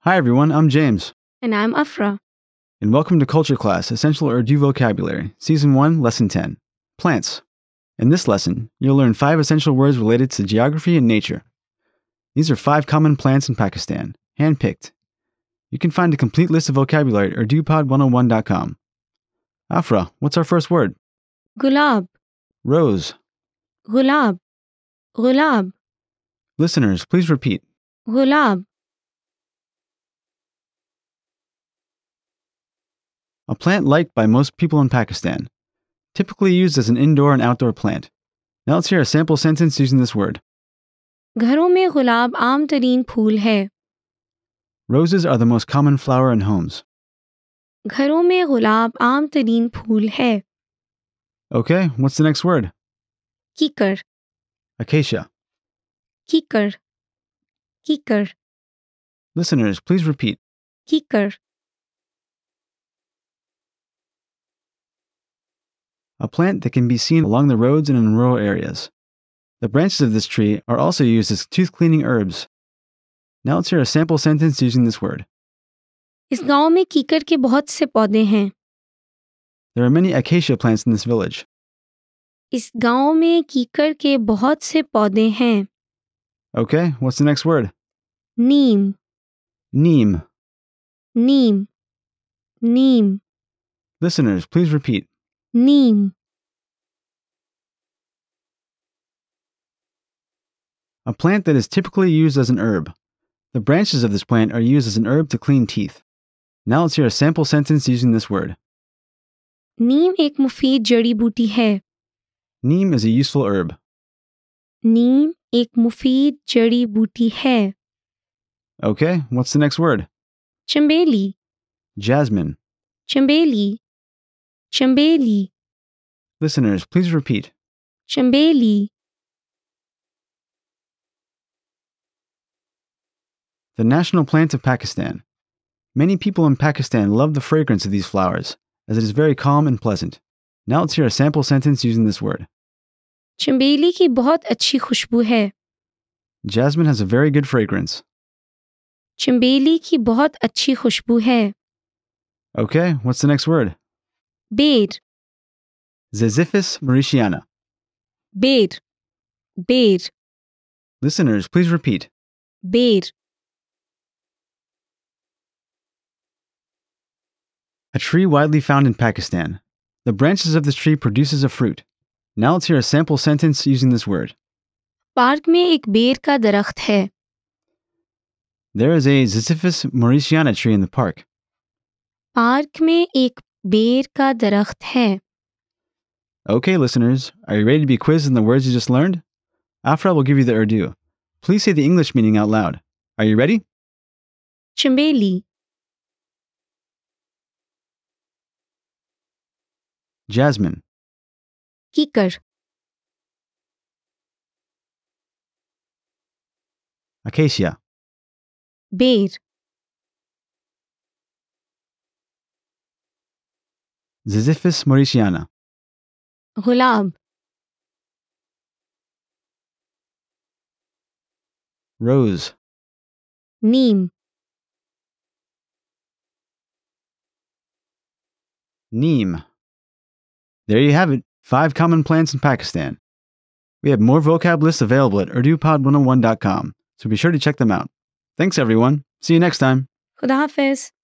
Hi, everyone. I'm James, And I'm Afra. and welcome to Culture Class Essential Urdu Vocabulary, Season 1, Lesson 10 Plants. In this lesson, you'll learn five essential words related to geography and nature. These are five common plants in Pakistan, handpicked. You can find a complete list of vocabulary at urdupod101.com. Afra, what's our first word? Gulab, Rose. gulab, gulab, Listeners, please repeat. gulab, a plant liked by most people in Pakistan, typically used as an indoor and outdoor plant. Now let's hear a sample sentence using this word. घरों में गुलाब आम तरीन फूल है Roses are the most common flower in homes. घरों में गुलाब आम तरीन फूल है Okay, what's the next word? कीकर Acacia. कीकर कीकर Listeners, please repeat. कीकर A plant that can be seen along the roads and in rural areas. The branches of this tree are also used as tooth cleaning herbs. Now let's hear a sample sentence using this word. इस गांव में कीकर के बहुत से पौधे हैं There are many acacia plants in this village. इस गांव में कीकर के बहुत से पौधे हैं Okay, what's the next word? Neem Neem. Neem Neem Listeners, please repeat. Neem a plant that is typically used as an herb. The branches of this plant are used as an herb to clean teeth. Now let's hear a sample sentence using this word. नीम एक मुफीद जड़ी बूटी है Neem is a useful herb. नीम एक मुफीद जड़ी बूटी है Okay, what's the next word? चंबेली Jasmine. चंबेली चंबेली Listeners, please repeat. चंबेली The national plant of Pakistan. Many people in Pakistan love the fragrance of these flowers, as it is very calm and pleasant. Now let's hear a sample sentence using this word. चंबेली की बहुत अच्छी खुशबू है Jasmine has a very good fragrance. चंबेली की बहुत अच्छी खुशबू है Okay, what's the next word? Ber Ziziphus mauritiana. Ber ber Listeners, please repeat. Ber a tree widely found in Pakistan. The branches of this tree produces a fruit. Now let's hear a sample sentence using this word. Park में एक बेर का दरख्त है There is a Ziziphus mauritiana tree in the park. Park में एक बेर का दरख्त है Okay, listeners, are you ready to be quizzed on the words you just learned? Afra will give you the Urdu. Please say the English meaning out loud. Are you ready? चंबेली Jasmine, कीकर acacia, बेर Ziziphus mauritiana, gulab rose, Neem neem. There you have it, five common plants in Pakistan. We have more vocab lists available at urdupod101.com, so be sure to check them out. Thanks, everyone. See you next time. खुदा हाफिज